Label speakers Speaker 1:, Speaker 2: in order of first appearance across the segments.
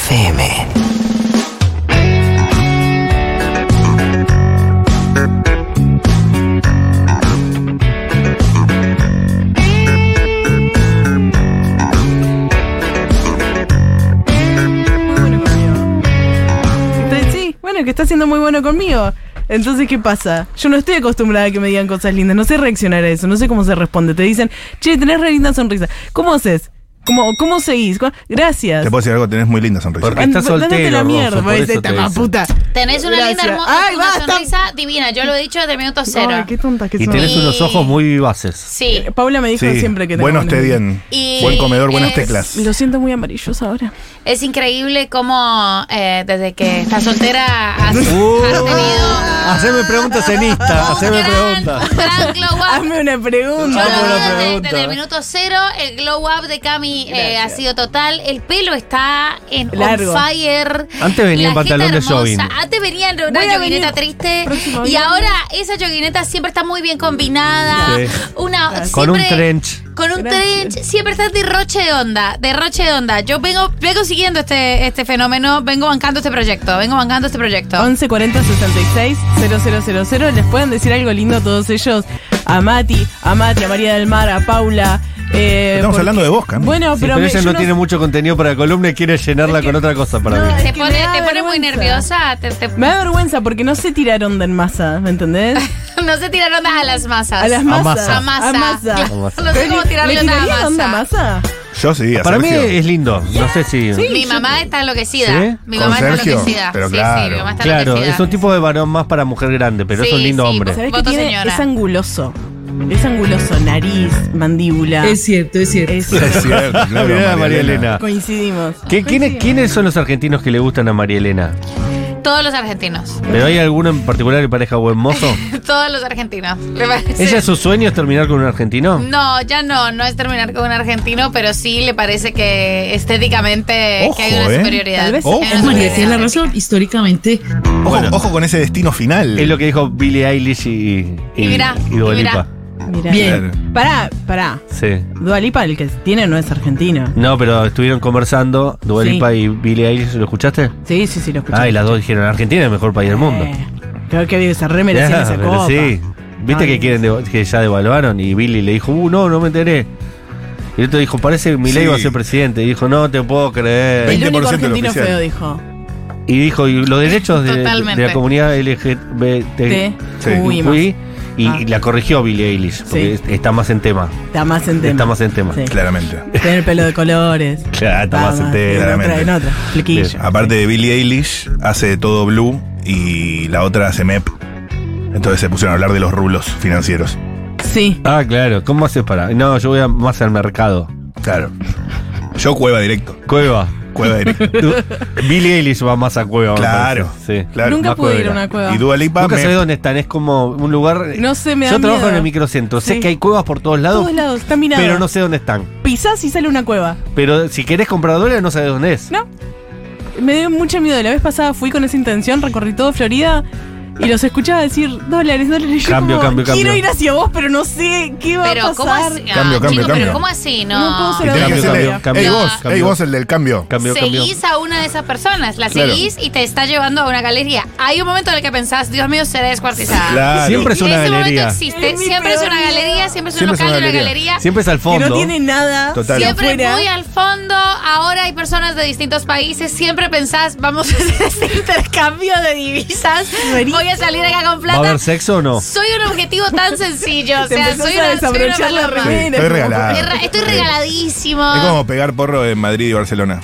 Speaker 1: FM.
Speaker 2: Muy bueno conmigo. Está- Sí, bueno, que está siendo muy bueno conmigo. Entonces, ¿qué pasa? Yo no estoy acostumbrada a que me digan cosas lindas. No sé reaccionar a eso. No sé cómo se responde. Te dicen, che, tenés re linda sonrisa. ¿Cómo haces? ¿Cómo, cómo seguís? ¿Cu- Gracias.
Speaker 3: Te puedo decir algo, tenés muy linda sonrisa.
Speaker 4: Porque estás
Speaker 2: Andate
Speaker 4: soltero,
Speaker 2: la
Speaker 4: Rosso,
Speaker 2: mierda,
Speaker 4: por eso
Speaker 2: ese
Speaker 4: te
Speaker 2: tapa
Speaker 4: dicen.
Speaker 2: puta.
Speaker 5: Tenés una linda
Speaker 2: Gracias.
Speaker 5: hermosa,
Speaker 2: Ay,
Speaker 5: una
Speaker 2: basta.
Speaker 5: sonrisa divina. Yo lo he dicho desde minuto cero.
Speaker 2: Ay, qué tontas que
Speaker 4: Y
Speaker 2: son.
Speaker 4: tenés
Speaker 5: Y-
Speaker 4: unos ojos muy vivaces.
Speaker 5: Sí.
Speaker 2: Paula me dijo
Speaker 3: Sí,
Speaker 2: siempre que tengo
Speaker 3: buenos
Speaker 2: un-
Speaker 3: te dien,
Speaker 5: Y
Speaker 3: buen comedor, buenas
Speaker 5: es-
Speaker 3: teclas.
Speaker 2: Lo siento muy amarillos ahora.
Speaker 5: Es increíble cómo eh, desde que está soltera has, has tenido
Speaker 4: Uh. Haceme preguntas en Insta, haceme
Speaker 5: un
Speaker 4: preguntas.
Speaker 5: gran, gran glow up.
Speaker 2: Hazme una
Speaker 5: Yo
Speaker 2: pregunta. ¿eh?
Speaker 4: Hazme una
Speaker 5: desde- desde,
Speaker 4: pregunta.
Speaker 5: el minuto cero el glow up de Cami eh, ha sido total. El pelo está en
Speaker 2: Largo.
Speaker 5: on fire.
Speaker 4: Antes venía en
Speaker 5: La jeta
Speaker 4: pantalón de
Speaker 5: hermosa.
Speaker 4: jogging.
Speaker 5: Antes venía en
Speaker 2: Voy
Speaker 5: una
Speaker 2: a
Speaker 5: joguineta
Speaker 2: venir
Speaker 5: triste.
Speaker 2: próximo
Speaker 5: Y
Speaker 2: viernes.
Speaker 5: ahora esa joguineta siempre está muy bien combinada.
Speaker 4: Sí.
Speaker 5: Una,
Speaker 4: Con un
Speaker 5: siempre-
Speaker 4: trench.
Speaker 5: Con un
Speaker 2: Gracias.
Speaker 5: trench, siempre estás derroche de onda, derroche de onda. Yo vengo, vengo siguiendo este, este fenómeno, vengo bancando este proyecto, vengo bancando este proyecto.
Speaker 2: 1140 66 000. Les pueden decir algo lindo a todos ellos. A Mati, a Mati, a María del Mar, a Paula. eh,
Speaker 3: Estamos
Speaker 2: porque-
Speaker 3: hablando de vos, Cami.
Speaker 2: Bueno,
Speaker 4: Sí,
Speaker 2: pero,
Speaker 4: pero
Speaker 2: me-
Speaker 4: ella
Speaker 2: yo
Speaker 4: no tiene mucho contenido para columna y quiere llenarla con otra cosa para
Speaker 2: No,
Speaker 4: mí.
Speaker 2: es
Speaker 5: Te
Speaker 2: que
Speaker 5: pone,
Speaker 2: me da
Speaker 5: te pone muy
Speaker 2: vergüenza.
Speaker 5: nerviosa, te- te-
Speaker 2: Me da vergüenza porque no sé tirar onda en masa, ¿me entendés?
Speaker 5: no sé tirar ondas a las masas.
Speaker 2: A las
Speaker 4: masa.
Speaker 2: masas.
Speaker 5: A masa.
Speaker 2: A masa.
Speaker 5: Claro,
Speaker 4: A masa.
Speaker 5: No sé cómo
Speaker 2: ¿Le-
Speaker 5: tirarle
Speaker 2: ¿Le
Speaker 5: onda a
Speaker 2: tiraría
Speaker 5: la
Speaker 2: onda a
Speaker 5: masa.
Speaker 2: masa?
Speaker 3: Yo sí, a
Speaker 4: Para mí
Speaker 3: Sergio.
Speaker 4: es lindo, no sé si...
Speaker 2: Sí.
Speaker 5: Mi mamá está enloquecida.
Speaker 4: ¿Sí?
Speaker 5: Mi
Speaker 3: Con
Speaker 5: mamá está
Speaker 3: Sergio,
Speaker 5: enloquecida.
Speaker 3: pero
Speaker 5: sí, sí, mi
Speaker 3: claro.
Speaker 5: mamá está
Speaker 4: Claro,
Speaker 5: enloquecida.
Speaker 4: es un tipo de varón más para mujer grande, pero es
Speaker 5: Sí,
Speaker 4: un lindo
Speaker 5: sí,
Speaker 4: hombre.
Speaker 2: ¿Sabés qué
Speaker 5: Voto
Speaker 2: tiene?
Speaker 5: señora.
Speaker 2: Es anguloso. Es anguloso. Nariz, mandíbula.
Speaker 6: Es cierto, es cierto.
Speaker 2: Es-
Speaker 3: Es cierto, claro,
Speaker 4: Mirá a María Elena.
Speaker 2: Coincidimos.
Speaker 4: ¿Qué- quiénes, quiénes son los argentinos que le gustan a María Elena?
Speaker 5: Todos los argentinos.
Speaker 4: ¿Pero hay alguno en particular que parezca buen mozo?
Speaker 5: Todos los argentinos. Me parece-
Speaker 4: ¿Ella su sueño es terminar con un argentino?
Speaker 5: No, ya no, no es terminar con un argentino, pero sí le parece que estéticamente
Speaker 3: Ojo,
Speaker 5: que hay una
Speaker 3: ¿eh?
Speaker 5: superioridad.
Speaker 2: Tal vez-
Speaker 5: Hay una
Speaker 3: Ojo.
Speaker 6: Es María, tiene la
Speaker 5: superioridad.
Speaker 6: razón, históricamente.
Speaker 3: Ojo, ojo con ese destino final.
Speaker 4: Es lo que dijo Billie Eilish y,
Speaker 5: Y mirá, y
Speaker 4: Dua
Speaker 5: mirá.
Speaker 4: Lipa.
Speaker 2: Mirá.
Speaker 6: Bien.
Speaker 2: Pará, pará.
Speaker 4: Sí.
Speaker 2: Dualipa, el que tiene, no es argentino.
Speaker 4: No, pero estuvieron conversando, Dua
Speaker 2: Sí.
Speaker 4: Lipa y Billie Eilish, ¿lo escuchaste?
Speaker 2: Sí, sí, sí, lo escuché.
Speaker 4: Ah, y las dos dijeron, Argentina es el mejor país del mundo.
Speaker 2: Eh, creo que se re merecían
Speaker 4: Ya,
Speaker 2: esa
Speaker 4: pero
Speaker 2: copa.
Speaker 4: sí. Viste
Speaker 2: Ay.
Speaker 4: que quieren devo- que ya devaluaron y Billy le dijo, uh, no, no me enteré. Y el otro dijo, parece que Milei
Speaker 3: Sí.
Speaker 4: va a ser presidente. Y dijo, no te puedo creer.
Speaker 2: El único
Speaker 3: 20% del
Speaker 2: argentino
Speaker 3: oficial.
Speaker 2: feo dijo.
Speaker 4: Y dijo, y los derechos de,
Speaker 5: Totalmente.
Speaker 4: de la comunidad LGBT.
Speaker 2: T.
Speaker 3: Sí.
Speaker 2: Uy, más.
Speaker 4: Uy, y,
Speaker 2: Ah.
Speaker 4: y la corrigió Billy Eilish, porque
Speaker 2: Sí.
Speaker 4: es- está más en tema.
Speaker 2: Está más en tema.
Speaker 4: Está más en tema.
Speaker 2: Sí.
Speaker 3: Claramente.
Speaker 2: Tener pelo de colores.
Speaker 4: Claro, está más en tema.
Speaker 2: En otra,
Speaker 3: claramente.
Speaker 2: en otra. Flequillo.
Speaker 4: Bien.
Speaker 3: Aparte de Billie Eilish, hace de todo Blue y la otra hace MEP. Entonces se pusieron a hablar de los rulos financieros.
Speaker 2: Sí.
Speaker 4: Ah, claro. ¿Cómo haces para? No, yo voy a- más al mercado.
Speaker 3: Claro. Yo cueva directo.
Speaker 4: Cueva.
Speaker 3: Cueva directo.
Speaker 4: Tú- Billie Eilish va más a cueva. me
Speaker 3: Claro.
Speaker 4: parece. Sí.
Speaker 3: Claro.
Speaker 2: Nunca
Speaker 4: más
Speaker 2: pude ir a
Speaker 4: cuevera.
Speaker 2: una cueva.
Speaker 3: Y Dua Lipa,
Speaker 4: Nunca
Speaker 3: Mep.
Speaker 4: sabés dónde están, es como un lugar.
Speaker 2: No sé, me da
Speaker 4: Yo trabajo
Speaker 2: miedo.
Speaker 4: en el microcentro, sé
Speaker 2: Sí.
Speaker 4: que hay cuevas por todos lados,
Speaker 2: Todos lados, está minado.
Speaker 4: pero no sé dónde están.
Speaker 2: Pisás y sale una cueva.
Speaker 4: Pero si querés comprar dólares, no sabés dónde es.
Speaker 2: No. Me dio mucho miedo. La vez pasada fui con esa intención, recorrí todo Florida y los escuchaba decir dólares, dólares. Yo
Speaker 4: Cambio,
Speaker 2: como,
Speaker 4: cambio, cambio.
Speaker 2: Quiero ir hacia vos, pero no sé qué va a
Speaker 5: Pero ¿cómo
Speaker 2: pasar.
Speaker 5: así? Ah,
Speaker 3: Cambio, cambio,
Speaker 5: chicos,
Speaker 3: cambio.
Speaker 5: Pero ¿cómo así?
Speaker 2: No
Speaker 5: No.
Speaker 2: puedo
Speaker 3: Y
Speaker 2: ser-
Speaker 3: tenés
Speaker 2: Cambio,
Speaker 3: que hacerle,
Speaker 4: cambio, cambio.
Speaker 3: "Ey, vos,
Speaker 4: Cambio.
Speaker 3: ey, vos, el del cambio.
Speaker 4: Cambió, cambió.
Speaker 5: seguís a una de esas personas, la
Speaker 3: Claro.
Speaker 5: seguís y te está llevando a una galería. Hay un momento en el que pensás, Dios mío, seré descuartizada.
Speaker 3: Claro.
Speaker 4: Siempre es una
Speaker 5: Ese
Speaker 4: galería.
Speaker 5: momento existe,
Speaker 2: Es mi
Speaker 5: siempre es
Speaker 2: peor
Speaker 5: una
Speaker 2: miedo.
Speaker 5: galería, siempre es un
Speaker 4: Siempre es
Speaker 5: local
Speaker 4: una
Speaker 5: de una
Speaker 4: galería.
Speaker 5: galería.
Speaker 4: Siempre es al
Speaker 2: Que
Speaker 4: fondo.
Speaker 2: no tiene nada.
Speaker 3: Total.
Speaker 2: hacia
Speaker 5: Siempre
Speaker 2: afuera.
Speaker 5: muy al fondo, ahora hay personas de distintos países, siempre pensás, vamos a hacer este intercambio de divisas, voy a salir acá con
Speaker 4: ¿Va a
Speaker 5: plata.
Speaker 4: haber sexo o no?
Speaker 5: Soy un objetivo tan sencillo, o
Speaker 2: Te
Speaker 5: sea,
Speaker 2: empezás
Speaker 5: soy
Speaker 2: a
Speaker 5: una, soy una
Speaker 2: desabrochar la
Speaker 5: paloma.
Speaker 3: Sí,
Speaker 2: remera.
Speaker 3: estoy
Speaker 2: como-
Speaker 3: regalado.
Speaker 5: Erra- Estoy
Speaker 3: Sí.
Speaker 5: regaladísimo.
Speaker 3: Es como pegar porro en Madrid y Barcelona.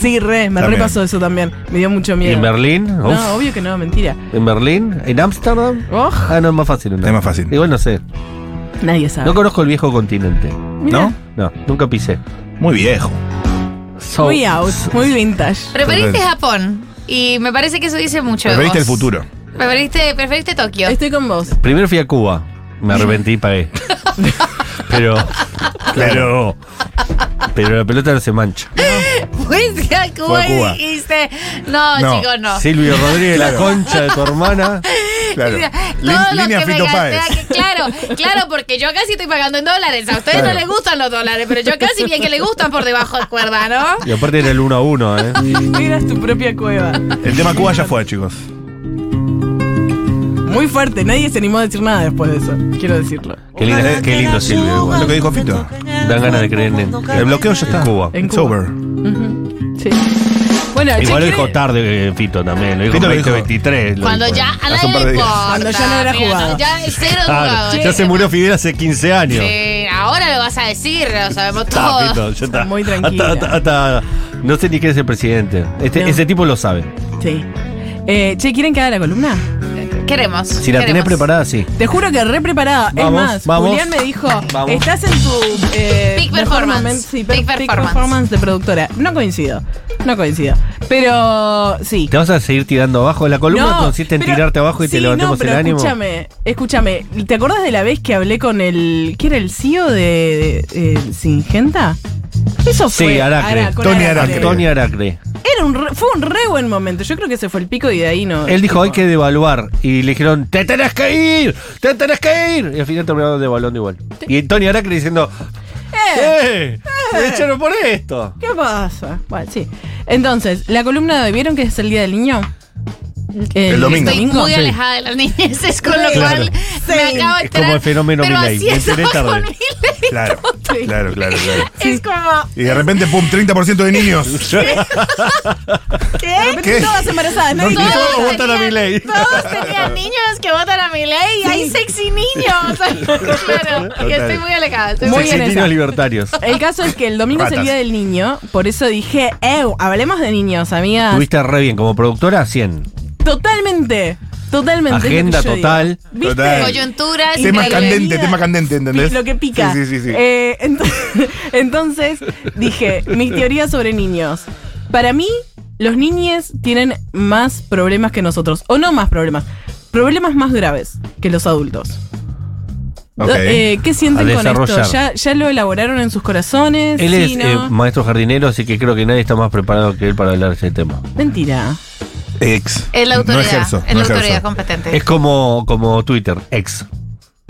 Speaker 2: Sí, re, me
Speaker 3: También.
Speaker 2: repasó eso también. Me dio mucho
Speaker 4: ¿Y
Speaker 2: miedo.
Speaker 4: en Berlín? Uf.
Speaker 2: No, obvio que no, mentira.
Speaker 4: ¿En Berlín? ¿En Ámsterdam?
Speaker 2: Oj,
Speaker 4: Ah, no, es más fácil. ¿no?
Speaker 3: Es más fácil.
Speaker 4: Igual no sé.
Speaker 2: nadie sabe.
Speaker 4: No conozco el viejo continente.
Speaker 2: Mirá.
Speaker 4: ¿No? No, nunca pisé.
Speaker 3: Muy viejo.
Speaker 4: So-
Speaker 2: muy out, muy vintage.
Speaker 5: Preferiste Japón y me parece que eso dice mucho. de
Speaker 3: Preferiste el
Speaker 5: vos.
Speaker 3: futuro.
Speaker 5: Preferiste, preferiste Tokio.
Speaker 2: Estoy con vos.
Speaker 4: Primero fui a Cuba. Me arrepentí y pagué. pero. Pero. Pero la pelota no se mancha.
Speaker 5: fuiste a Cuba,
Speaker 3: Fue a Cuba.
Speaker 5: y dijiste, no,
Speaker 3: No,
Speaker 5: chico, no.
Speaker 4: Silvio Rodríguez, la
Speaker 3: Claro.
Speaker 4: concha de tu hermana.
Speaker 3: Claro.
Speaker 5: Mira,
Speaker 3: Lin-
Speaker 5: todo lo
Speaker 3: línea
Speaker 5: que me
Speaker 3: Fito
Speaker 5: gasté
Speaker 3: Páez.
Speaker 5: aquí- claro, claro, porque yo casi estoy pagando en dólares. A ustedes
Speaker 3: Claro.
Speaker 5: no les gustan los dólares, pero yo casi bien que les gustan por debajo de cuerda, ¿no?
Speaker 4: Y aparte era el 1 a 1, ¿eh?
Speaker 2: Miras tu propia cueva.
Speaker 3: El tema Cuba ya fue, chicos.
Speaker 2: Muy fuerte, nadie se animó a decir nada después de eso. Quiero decirlo.
Speaker 4: Qué lindo, qué lindo Silvio, igual.
Speaker 3: Lo que dijo Fito.
Speaker 4: Dan ganas de creer en él.
Speaker 3: El bloqueo ya está.
Speaker 4: En Cuba.
Speaker 2: En
Speaker 3: It's
Speaker 2: Cuba.
Speaker 3: over.
Speaker 2: Sí. Bueno, che,
Speaker 4: Igual lo
Speaker 2: ¿quiere-
Speaker 4: dijo tarde eh, Fito también, lo dijo
Speaker 3: Fito lo dijo.
Speaker 4: 2023.
Speaker 5: Cuando ya a
Speaker 3: Hace
Speaker 5: nadie
Speaker 3: un par de
Speaker 5: le
Speaker 3: días.
Speaker 5: importa.
Speaker 2: Cuando ya no era
Speaker 5: mira,
Speaker 2: jugado.
Speaker 5: Ya es cero jugado.
Speaker 4: Ah, ya se murió Fidel hace 15 años.
Speaker 5: Sí, ahora lo vas a decir, lo sabemos
Speaker 4: Está,
Speaker 5: todos.
Speaker 4: Fito, ya está.
Speaker 2: muy tranquila.
Speaker 4: Hasta- hasta- hasta- no sé ni quién es el presidente. Este,
Speaker 2: No.
Speaker 4: Ese tipo lo sabe.
Speaker 2: Sí. Eh, che, ¿quieren que haga la columna?
Speaker 5: Queremos.
Speaker 4: Si la tenés
Speaker 5: queremos.
Speaker 4: preparada, sí.
Speaker 2: Te juro que re preparada. es
Speaker 4: Vamos,
Speaker 2: más,
Speaker 4: vamos.
Speaker 2: Julián me dijo,
Speaker 4: Vamos.
Speaker 2: estás en tu eh,
Speaker 5: Peak
Speaker 2: mejor
Speaker 5: performance.
Speaker 2: momento- sí,
Speaker 5: Peak
Speaker 2: per- peak
Speaker 5: performance.
Speaker 2: performance de productora. No coincido. No coincido. Pero sí.
Speaker 4: ¿Te vas a seguir tirando abajo? La columna
Speaker 2: No,
Speaker 4: consiste en
Speaker 2: pero-
Speaker 4: tirarte abajo y te
Speaker 2: sí,
Speaker 4: levantamos
Speaker 2: no, pero
Speaker 4: el ánimo.
Speaker 2: Escúchame, escúchame. ¿Te acordás de la vez que hablé con el. ¿Qué era el CEO de. de- eh, Singenta? Eso fue.
Speaker 4: Sí, Aracre.
Speaker 2: con
Speaker 3: Tony Aracre.
Speaker 4: Tony Aracre.
Speaker 2: Era un re- fue un re buen momento. Yo creo que ese fue el pico y de ahí no.
Speaker 4: Él dijo,
Speaker 2: tipo-
Speaker 4: hay que devaluar. Y le dijeron, te tenés que ir, te tenés que ir. Y al final terminaron devaluando igual. Y Tony Aracre diciendo,
Speaker 2: ¡Eh!
Speaker 4: ¡eh! ¡Me echaron por esto!
Speaker 2: ¿Qué pasa? Bueno, sí. Entonces, la columna de hoy, ¿vieron que es el día del niño?
Speaker 3: El domingo.
Speaker 5: Estoy muy
Speaker 2: Sí.
Speaker 5: alejada de las niñeces, con lo
Speaker 2: Claro.
Speaker 5: cual me
Speaker 2: Sí.
Speaker 5: acabo de
Speaker 4: Es como el
Speaker 5: enterar,
Speaker 4: fenómeno
Speaker 5: pero
Speaker 4: Milei,
Speaker 5: así
Speaker 4: me enteré
Speaker 5: estaba
Speaker 4: tarde.
Speaker 5: con Milei.
Speaker 3: Claro, claro, claro, claro.
Speaker 5: Es como...
Speaker 3: Y de repente, pum, 30% de niños.
Speaker 2: ¿Qué?
Speaker 3: ¿Qué?
Speaker 2: Todas embarazadas, nadie
Speaker 3: No,
Speaker 2: tiene-
Speaker 3: no.
Speaker 5: Todos
Speaker 4: votan a
Speaker 5: tenían-
Speaker 4: Milei.
Speaker 5: Todos tenían niños que votan a Milei y hay sexy niños. claro,
Speaker 3: Total.
Speaker 5: que estoy muy alejada. Estoy
Speaker 2: Muy
Speaker 5: muy
Speaker 2: bien
Speaker 4: Sexeninos
Speaker 2: esa. Ah.
Speaker 4: libertarios.
Speaker 2: El caso es que el domingo es el
Speaker 3: Ratas.
Speaker 2: día del niño, por eso dije, "Ew, hablemos de niños, amigas.
Speaker 4: Tuviste re bien como productora, 100.
Speaker 2: Totalmente, totalmente. es lo que
Speaker 4: Agenda
Speaker 2: yo digo.
Speaker 4: total.
Speaker 2: ¿Viste?
Speaker 3: Total.
Speaker 5: coyunturas.
Speaker 3: Tema
Speaker 5: increíbles.
Speaker 3: candente, tema candente, ¿entendés?
Speaker 2: Lo que pica.
Speaker 3: Sí, sí, sí. sí.
Speaker 2: Eh, ento- entonces, dije, mis teorías sobre niños. Para mí, los niños tienen más problemas que nosotros. O no más problemas. Problemas más graves que los adultos.
Speaker 3: Ok.
Speaker 2: Eh, ¿Qué sienten
Speaker 4: A
Speaker 2: con esto?
Speaker 4: desarrollar.
Speaker 2: ¿Ya, ¿Ya lo elaboraron en sus corazones?
Speaker 4: Él
Speaker 2: ¿Sí,
Speaker 4: es
Speaker 2: no?
Speaker 4: eh, maestro jardinero, así que creo que nadie está más preparado que él para hablar de ese tema.
Speaker 2: Mentira.
Speaker 3: Ex.
Speaker 5: Es la autoridad.
Speaker 3: No ejerzo.
Speaker 5: es
Speaker 3: no
Speaker 5: la
Speaker 3: ejerzo.
Speaker 5: autoridad competente.
Speaker 4: Es como, como Twitter, ex.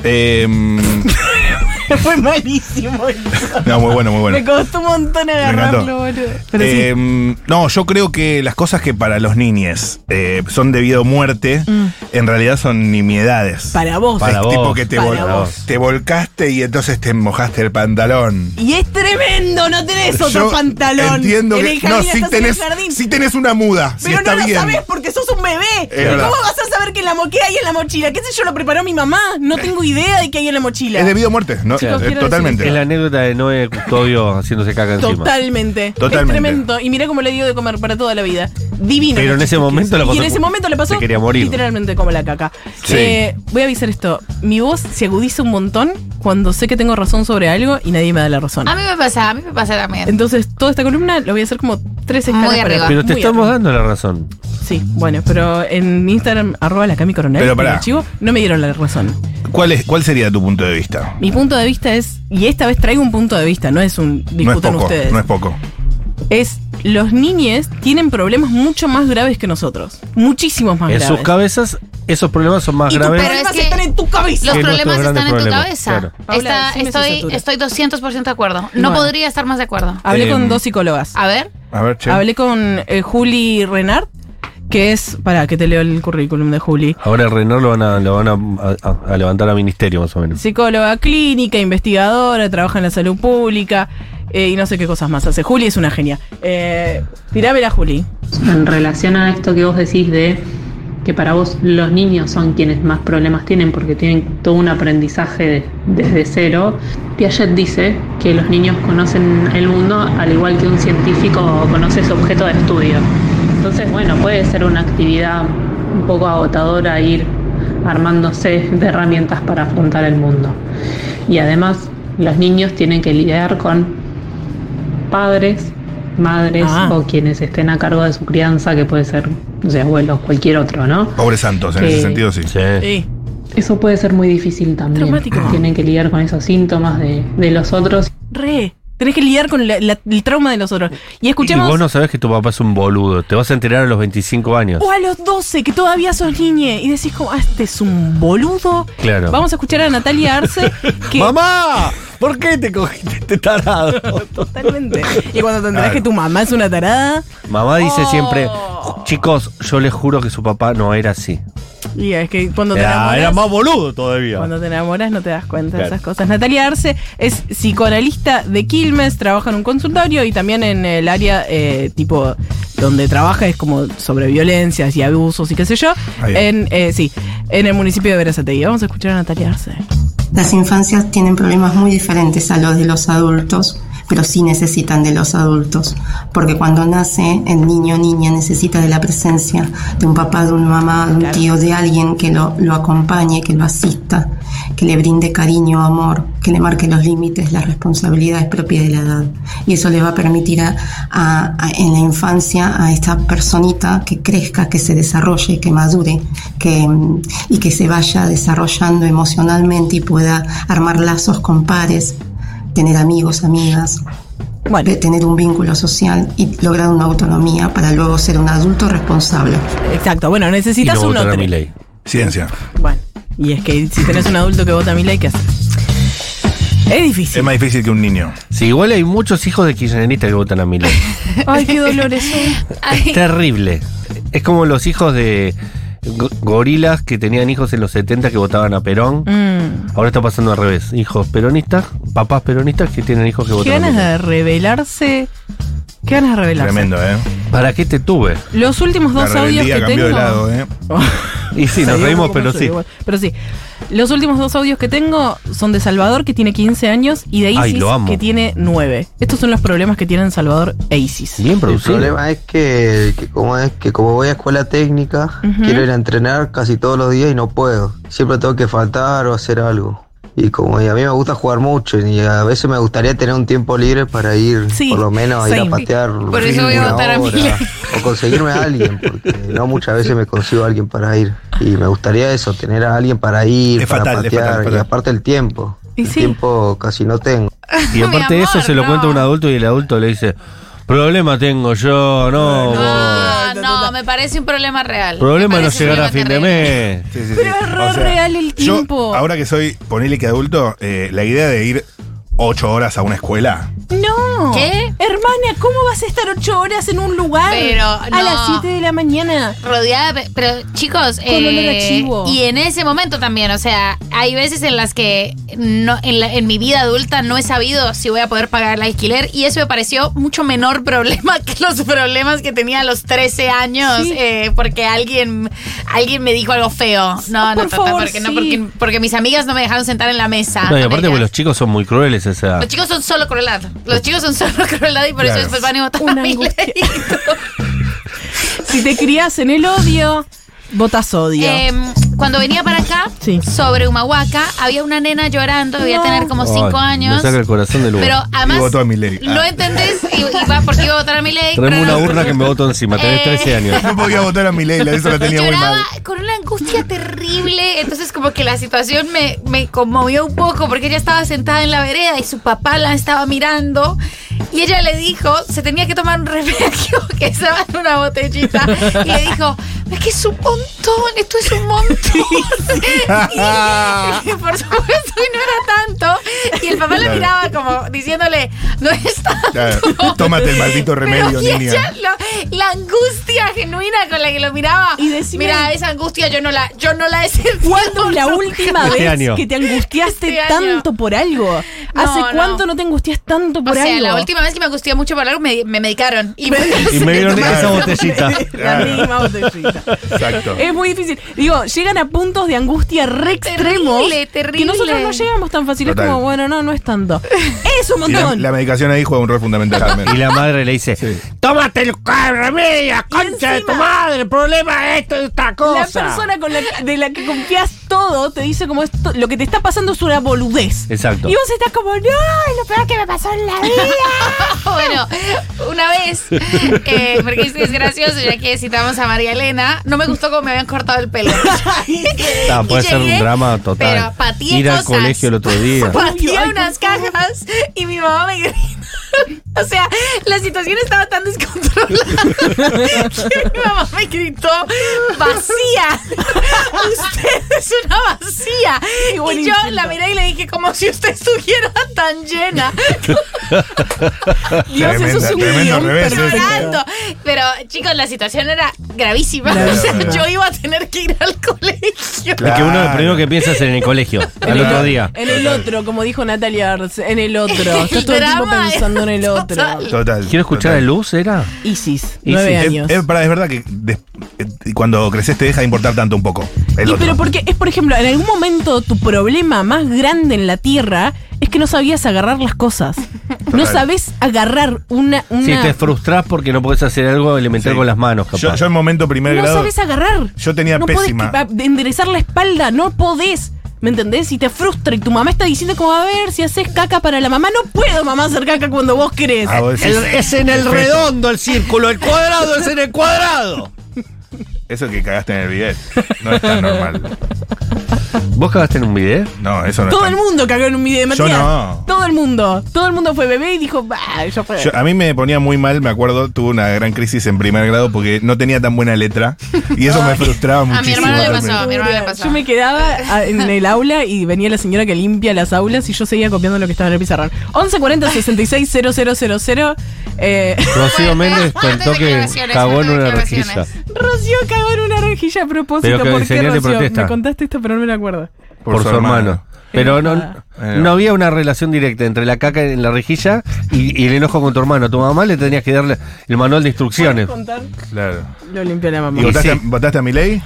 Speaker 3: Eh, no,
Speaker 2: Fue malísimo.
Speaker 3: muy bueno, muy bueno.
Speaker 2: Me costó un montón agarrarlo,
Speaker 3: encantó.
Speaker 2: boludo. Pero sí.
Speaker 3: Eh, No, yo creo que las cosas que para los niñes eh, son debido a muerte, en realidad son nimiedades.
Speaker 2: Mm. Para vos.
Speaker 4: para
Speaker 3: es
Speaker 4: vos,
Speaker 3: tipo que te,
Speaker 2: para
Speaker 3: vol-
Speaker 4: vos.
Speaker 3: te volcaste y entonces te mojaste el pantalón.
Speaker 2: Y es tremendo, no tenés otro
Speaker 3: Yo
Speaker 2: pantalón.
Speaker 3: Entiendo
Speaker 2: En
Speaker 3: que.
Speaker 2: el jardín
Speaker 3: No, sí
Speaker 2: estás en el
Speaker 3: tenés,
Speaker 2: jardín.
Speaker 3: sí tenés una muda. si
Speaker 2: Pero
Speaker 3: está
Speaker 2: no lo
Speaker 3: bien.
Speaker 2: sabes porque sos un bebé.
Speaker 3: Es verdad.
Speaker 2: ¿Cómo vas a saber que en la moquea hay en la mochila? ¿Qué sé yo? ¿Lo preparó mi mamá?
Speaker 4: Eh.
Speaker 2: No tengo idea de qué hay en la mochila.
Speaker 3: Es debido a muerte, ¿no?
Speaker 2: Chicos,
Speaker 3: Eh,
Speaker 2: quiero
Speaker 3: totalmente.
Speaker 4: Es la anécdota de Noé Custodio haciéndose caca encima.
Speaker 2: Totalmente.
Speaker 3: Totalmente.
Speaker 2: Es tremendo. Y mirá cómo le dio de comer para toda la vida. Divino.
Speaker 4: Pero en ese momento la
Speaker 2: Y
Speaker 4: cosa-
Speaker 2: en ese momento le pasó.
Speaker 4: se quería morir.
Speaker 2: Literalmente como la caca.
Speaker 3: Sí.
Speaker 2: Eh, voy a avisar esto. Mi voz se agudiza un montón cuando sé que tengo razón sobre algo y nadie me da la razón.
Speaker 5: A mí me pasa, a mí me pasa también.
Speaker 2: Entonces, toda esta columna la voy a hacer como tres
Speaker 5: Ah, Muy
Speaker 2: escalas. para
Speaker 5: arriba.
Speaker 4: Pero te
Speaker 2: muy
Speaker 4: estamos
Speaker 2: arriba.
Speaker 4: dando la razón.
Speaker 2: Sí, bueno, pero en Instagram, arroba la Cami Coronel,
Speaker 3: Pero pará.
Speaker 2: el archivo, no me dieron la razón.
Speaker 3: ¿Cuál, es, ¿Cuál sería tu punto de vista?
Speaker 2: Mi punto de vista es, y esta vez traigo un punto de vista, no es un
Speaker 3: No es
Speaker 2: discutan
Speaker 3: poco.
Speaker 2: ustedes.
Speaker 3: No es poco.
Speaker 2: es los niñes tienen problemas mucho más graves que nosotros. Muchísimos más
Speaker 4: en
Speaker 2: graves.
Speaker 4: sus cabezas, esos problemas son más
Speaker 2: y tus
Speaker 4: graves.
Speaker 5: Pero
Speaker 2: problemas
Speaker 5: es que-
Speaker 2: están en tu cabeza.
Speaker 5: Los
Speaker 4: Sí, nuestros
Speaker 5: problemas
Speaker 4: grandes
Speaker 5: están en tu
Speaker 4: problemas,
Speaker 5: cabeza.
Speaker 4: claro.
Speaker 5: Está-
Speaker 2: Paula, decime si
Speaker 5: estoy,
Speaker 2: satura.
Speaker 5: estoy 200% de acuerdo. No
Speaker 2: Bueno.
Speaker 5: podría estar más de acuerdo.
Speaker 2: Hablé
Speaker 4: Eh,
Speaker 2: con dos psicólogas.
Speaker 5: A ver.
Speaker 3: A ver, che.
Speaker 2: Hablé con eh, Juli Renard, que es. Pará, que te leo el currículum de Juli.
Speaker 4: Ahora el Renault lo van, a, lo van a, a- a levantar a ministerio, más o menos.
Speaker 2: Psicóloga clínica, investigadora, trabaja en la salud pública eh, y no sé qué cosas más hace. Juli es una genia. Eh, tirámela, Juli.
Speaker 1: En relación a esto que vos decís de que para vos los niños son quienes más problemas tienen porque tienen todo un aprendizaje de- desde cero, Piaget dice que los niños conocen el mundo al igual que un científico conoce su objeto de estudio. Entonces, bueno, puede ser una actividad un poco agotadora ir armándose de herramientas para afrontar el mundo. Y además, los niños tienen que lidiar con padres, madres
Speaker 2: Ah.
Speaker 1: o quienes estén a cargo de su crianza, que puede ser, no sé, abuelos, cualquier otro, ¿no?
Speaker 3: Pobre Santos, en
Speaker 1: Sí.
Speaker 3: ese sentido sí.
Speaker 2: Sí. Eh,
Speaker 1: Eso puede ser muy difícil también.
Speaker 2: Traumático.
Speaker 1: Tienen que lidiar con esos síntomas de, de los otros
Speaker 2: Re. Tenés que lidiar con la- la- el trauma de los otros. Y
Speaker 4: Y
Speaker 2: escuchemos.
Speaker 4: vos no sabés que tu papá es un boludo. Te vas a enterar a los 25 años.
Speaker 2: O a los 12, que todavía sos niñe. Y decís, como, ah, este es un boludo.
Speaker 4: Claro.
Speaker 2: Vamos a escuchar a Natalia Arce. que
Speaker 4: ¡Mamá! ¿Por qué te cogiste este tarado?
Speaker 2: Totalmente. Y cuando te enterás
Speaker 3: Claro.
Speaker 2: que tu mamá es una tarada.
Speaker 4: Mamá dice
Speaker 5: Oh.
Speaker 4: siempre, chicos, yo les juro que su papá no era así.
Speaker 2: Y es que cuando te
Speaker 4: Era,
Speaker 2: enamoras.
Speaker 4: Ah, era más boludo todavía.
Speaker 2: Cuando te enamoras no te das cuenta de
Speaker 4: Claro.
Speaker 2: esas cosas. Natalia Arce es psicoanalista de Quilmes, trabaja en un consultorio y también en el área eh, tipo donde trabaja es como sobre violencias y abusos y qué sé yo.
Speaker 3: Ahí.
Speaker 2: En, eh, sí, en el municipio de Verazategui. Vamos a escuchar a Natalia Arce.
Speaker 7: Las infancias tienen problemas muy diferentes a los de los adultos, pero sí necesitan de los adultos, porque cuando nace el niño o niña necesita de la presencia de un papá, de una mamá, de un
Speaker 2: Claro.
Speaker 7: tío, de alguien que lo, lo acompañe, que lo asista, que le brinde cariño, amor, que le marque los límites, las responsabilidades propias de la edad. Y eso le va a permitir a- a- a- en la infancia a esta personita que crezca, que se desarrolle, que madure, que, mm, y que se vaya desarrollando emocionalmente y pueda armar lazos con pares, tener amigos, amigas,
Speaker 2: Bueno,
Speaker 7: de tener un vínculo social y lograr una autonomía para luego ser un adulto responsable.
Speaker 2: exacto. Bueno,
Speaker 4: y
Speaker 2: necesitas
Speaker 4: no
Speaker 2: un
Speaker 4: votaron a
Speaker 2: otro.
Speaker 4: mi ley.
Speaker 3: Ciencia.
Speaker 2: Bueno, y es que si tenés un adulto que vota a mi ley, ¿qué haces? Es
Speaker 3: Es
Speaker 2: difícil.
Speaker 3: más difícil que un niño.
Speaker 4: Sí, igual hay muchos hijos de kirchneristas que votan a mi ley.
Speaker 2: Ay, qué dolores.
Speaker 5: Ay,
Speaker 4: Terrible. Es como los hijos de go- gorilas que tenían hijos en los 70 que votaban a Perón.
Speaker 5: Mm.
Speaker 2: Mm.
Speaker 4: Ahora está pasando al revés. Hijos peronistas, papás peronistas que tienen hijos que
Speaker 2: Qué
Speaker 4: votan a
Speaker 2: ganas
Speaker 4: Milei.
Speaker 2: de revelarse. Qué ganas de revelarse.
Speaker 3: Tremendo, ¿eh?
Speaker 4: ¿Para qué te tuve?
Speaker 2: Los últimos
Speaker 3: La
Speaker 2: dos audios
Speaker 3: rebeldía
Speaker 2: que
Speaker 3: cambió
Speaker 2: tengo. Oh,
Speaker 3: de lado, ¿eh?
Speaker 4: Y sí, nos
Speaker 2: Sabíamos
Speaker 4: reímos,
Speaker 2: cómo
Speaker 4: pero
Speaker 2: soy,
Speaker 4: sí.
Speaker 2: igual. Pero sí. Los últimos dos audios que tengo son de Salvador, que tiene 15 años, y de
Speaker 4: Ay,
Speaker 2: Isis,
Speaker 4: lo amo.
Speaker 2: que tiene 9. Estos son los problemas que tienen Salvador e Isis.
Speaker 4: Bien
Speaker 8: El
Speaker 4: producido.
Speaker 8: problema es que, que como es que como voy a escuela técnica,
Speaker 2: Ujú.
Speaker 8: quiero ir a entrenar casi todos los días y no puedo. Siempre tengo que faltar o hacer algo. Y como y a mí me gusta jugar mucho y a veces me gustaría tener un tiempo libre para ir,
Speaker 2: Sí,
Speaker 8: por lo menos a ir
Speaker 2: same.
Speaker 8: a patear.
Speaker 5: Por eso voy a
Speaker 8: una
Speaker 5: votar a
Speaker 8: hora,
Speaker 5: Milei.
Speaker 8: O conseguirme a alguien, porque no muchas veces me consigo a alguien para ir. Y me gustaría eso, tener a alguien para ir,
Speaker 3: Es
Speaker 8: para
Speaker 3: fatal, es
Speaker 8: patear.
Speaker 3: fatal, fatal.
Speaker 8: Y aparte el tiempo.
Speaker 2: Y
Speaker 8: el
Speaker 2: sí.
Speaker 8: tiempo casi no tengo.
Speaker 4: Y aparte
Speaker 5: Mi
Speaker 4: de eso
Speaker 5: amor,
Speaker 4: se lo
Speaker 5: no.
Speaker 4: cuenta un adulto y el adulto le dice, problema tengo yo, no. vos.
Speaker 5: No, no, me parece un problema real.
Speaker 4: Problema
Speaker 5: Me
Speaker 4: no
Speaker 5: parece un
Speaker 4: llegar a fin
Speaker 5: problema
Speaker 4: de
Speaker 5: terrible.
Speaker 4: mes.
Speaker 3: Sí, sí,
Speaker 2: Pero
Speaker 3: sí.
Speaker 2: es re real el
Speaker 3: yo,
Speaker 2: tiempo.
Speaker 3: ahora que soy, ponele que adulto, eh, la idea de ir ocho horas a una escuela.
Speaker 2: ¡No!
Speaker 5: ¿Qué?
Speaker 2: Hermana, ¿cómo vas a estar 8 horas en un lugar
Speaker 5: Pero,
Speaker 2: a
Speaker 5: no.
Speaker 2: las 7 de la mañana?
Speaker 5: Rodeada, de pe- pero chicos, eh,
Speaker 2: olor a chivo.
Speaker 5: y en ese momento también, o sea, hay veces en las que no, en, la- en mi vida adulta no he sabido si voy a poder pagar el alquiler y eso me pareció mucho menor problema que los problemas que tenía a los 13 años
Speaker 2: Sí.
Speaker 5: eh, porque alguien alguien me dijo algo feo. No, no,
Speaker 2: Por
Speaker 5: tata,
Speaker 2: favor,
Speaker 5: porque no,
Speaker 2: sí.
Speaker 5: porque, porque mis amigas no me dejaron sentar en la mesa.
Speaker 4: No, y
Speaker 5: con
Speaker 4: aparte porque
Speaker 5: ellas.
Speaker 4: los chicos son muy crueles a esa edad.
Speaker 5: Los chicos son solo crueldad. Los chicos son solo crueldad y por eso
Speaker 3: Claro.
Speaker 5: después van y votan
Speaker 2: Una
Speaker 5: a mi
Speaker 2: angustia.
Speaker 5: ley.
Speaker 2: Si te criás en el odio, votas odio.
Speaker 5: Em, cuando venía para acá,
Speaker 2: Sí.
Speaker 5: sobre Humahuaca, había una nena llorando, debía
Speaker 2: No.
Speaker 5: tener como cinco
Speaker 4: Ay,
Speaker 5: años.
Speaker 4: Me saca el corazón del lugar.
Speaker 5: Pero además.
Speaker 3: Y votó a Milei.
Speaker 5: No
Speaker 3: Ah.
Speaker 5: entendés y, y va porque iba a votar a mi ley.
Speaker 4: Traeme una urna que me voto encima, tenés
Speaker 5: Eh.
Speaker 4: 13 años.
Speaker 3: No podía votar a mi ley, eso la tenía muy
Speaker 5: Lloraba
Speaker 3: mal.
Speaker 5: con una angustia terrible, entonces como que la situación me, me conmovió un poco porque ella estaba sentada en la vereda y su papá la estaba mirando y ella le dijo, se tenía que tomar un refresco que estaba en una botellita y le dijo, es que es un montón, esto es un montón. Y por supuesto y no era tanto. Y el papá la
Speaker 3: Claro.
Speaker 5: miraba como diciéndole, no es tanto.
Speaker 3: Claro, tómate el maldito remedio,
Speaker 5: Pero y
Speaker 3: niña.
Speaker 5: ella lo- la angustia genuina con la que lo miraba.
Speaker 2: Y decime-
Speaker 5: Mira, esa angustia yo no la, yo no la he sentido.
Speaker 2: ¿Cuándo es la última
Speaker 4: Este
Speaker 2: vez
Speaker 4: año.
Speaker 2: que te angustiaste
Speaker 5: Este año.
Speaker 2: tanto por algo? ¿Hace
Speaker 5: No, no.
Speaker 2: cuánto no te angustias tanto
Speaker 5: O
Speaker 2: por
Speaker 5: sea,
Speaker 2: algo?
Speaker 5: la última vez que me angustié mucho por algo me, me medicaron. Y me,
Speaker 4: Y me dieron
Speaker 3: Claro.
Speaker 4: esa botellita.
Speaker 2: La
Speaker 3: Claro.
Speaker 2: misma botellita.
Speaker 3: Exacto.
Speaker 2: Es muy difícil. Digo, llegan a puntos de angustia re extremos.
Speaker 5: Terrible, terrible.
Speaker 2: Que nosotros no llegamos tan fácil. Es
Speaker 3: Total.
Speaker 2: como, bueno, no, no es tanto. Es un
Speaker 3: Y la,
Speaker 2: montón.
Speaker 3: la medicación ahí juega un rol fundamental también.
Speaker 4: Y la madre le dice,
Speaker 3: Sí.
Speaker 4: tómate el ca- remedio, concha de tu
Speaker 2: encima-
Speaker 4: madre, el problema es esto, esta cosa.
Speaker 2: La persona con la, que- de la que confías todo te dice como esto, lo que te está pasando es una boludez.
Speaker 4: Exacto.
Speaker 2: Y vos estás como, no, es lo peor que me pasó en la vida.
Speaker 5: Bueno, una vez, eh, porque es, es gracioso, ya que citamos a María Elena, no me gustó cómo me habían cortado el pelo.
Speaker 4: Ah, puede
Speaker 5: Y
Speaker 4: ser un
Speaker 5: llegué,
Speaker 4: drama total.
Speaker 5: Pero pateé
Speaker 4: Ir al
Speaker 5: cosas.
Speaker 4: colegio el otro día.
Speaker 5: Pateé
Speaker 2: Ay,
Speaker 5: unas cajas y mi mamá me grita. O sea, la situación estaba tan descontrolada que mi mamá me gritó vacía. Usted es una vacía. Y yo
Speaker 2: buen
Speaker 5: la
Speaker 2: intento.
Speaker 5: miré y le dije como si usted estuviera tan llena.
Speaker 2: Dios, eso es un
Speaker 3: Tremenda-
Speaker 2: guión
Speaker 3: tremendo revés,
Speaker 2: perfecto.
Speaker 5: llorando. Pero chicos, la situación era gravísima. O sea, yo iba a tener que ir al colegio.
Speaker 4: Es que uno lo
Speaker 3: Claro.
Speaker 4: primero que piensa es en el colegio, al otro día.
Speaker 2: En el otro, como dijo Natalia Arce, en el otro. Estás
Speaker 5: El
Speaker 2: todo el tiempo
Speaker 5: drama es
Speaker 2: pensando en el otro.
Speaker 5: total.
Speaker 3: Total.
Speaker 4: Quiero escuchar
Speaker 3: total.
Speaker 4: a Luz, ¿era?
Speaker 2: Isis,
Speaker 4: Isis.
Speaker 2: nueve
Speaker 3: Es-
Speaker 2: años.
Speaker 3: es- pará, es verdad que des- eh, cuando creces te deja de importar tanto un poco. el
Speaker 2: Y
Speaker 3: otro.
Speaker 2: pero porque es, por ejemplo, en algún momento tu problema más grande en la tierra es que no sabías agarrar las cosas. No
Speaker 3: Total.
Speaker 2: sabes agarrar una. una
Speaker 4: Si te frustras porque no podés hacer algo elemental
Speaker 3: Sí.
Speaker 4: con las manos, capaz.
Speaker 3: Yo, yo en momento primer
Speaker 2: no
Speaker 3: grado.
Speaker 2: sabes agarrar.
Speaker 3: Yo tenía
Speaker 2: no
Speaker 3: pésima.
Speaker 2: podés pa- enderezar la espalda, no podés. ¿Me entendés? Y te frustra y tu mamá está diciendo como a ver si haces caca para la mamá. No puedo, mamá, hacer caca cuando vos querés.
Speaker 3: Ah, vos decís,
Speaker 4: El- es en el
Speaker 3: Perfecto.
Speaker 4: redondo el círculo, el cuadrado es en el cuadrado.
Speaker 3: Eso que cagaste en el bidet. No es tan normal.
Speaker 4: ¿Vos cagaste en un video?
Speaker 3: No, eso no es
Speaker 2: Todo
Speaker 3: tan-
Speaker 2: el mundo cagó en un video de
Speaker 3: Yo
Speaker 2: Matías.
Speaker 3: no.
Speaker 2: Todo el mundo. Todo el mundo fue bebé y dijo, bah, yo fue.
Speaker 3: Yo- a mí me ponía muy mal, me acuerdo, tuve una gran crisis en primer grado porque no tenía tan buena letra y eso me frustraba
Speaker 5: mi
Speaker 3: muchísimo.
Speaker 5: hermano le
Speaker 3: también.
Speaker 5: pasó, a mi hermano le pasó.
Speaker 2: Yo me quedaba a- en el aula y venía la señora que limpia las aulas y yo seguía copiando lo que estaba en el pizarrón. 1140 66 000. Eh,
Speaker 5: Fuerte,
Speaker 4: Rocío Méndez
Speaker 5: fuertes
Speaker 4: contó que
Speaker 5: declaraciones,
Speaker 4: cagó en
Speaker 5: fuertes
Speaker 4: una rejilla.
Speaker 5: declaraciones.
Speaker 2: Rocío cagó en una rejilla a propósito.
Speaker 4: Pero que
Speaker 2: ¿Por
Speaker 4: el
Speaker 2: qué,
Speaker 4: señor le
Speaker 2: Rocío?
Speaker 4: protesta.
Speaker 2: Me contaste esto, pero no me lo acuerdo.
Speaker 4: Por, su hermano. Pero no,
Speaker 3: Eh,
Speaker 4: no había una relación directa entre la caca en la rejilla y, y el enojo con tu hermano. A tu mamá le tenías que darle el manual de instrucciones.
Speaker 2: Contar,
Speaker 3: Claro.
Speaker 2: Lo limpió la mamá.
Speaker 3: ¿Y
Speaker 4: Y
Speaker 3: votaste,
Speaker 4: sí.
Speaker 3: a, votaste a mi ley?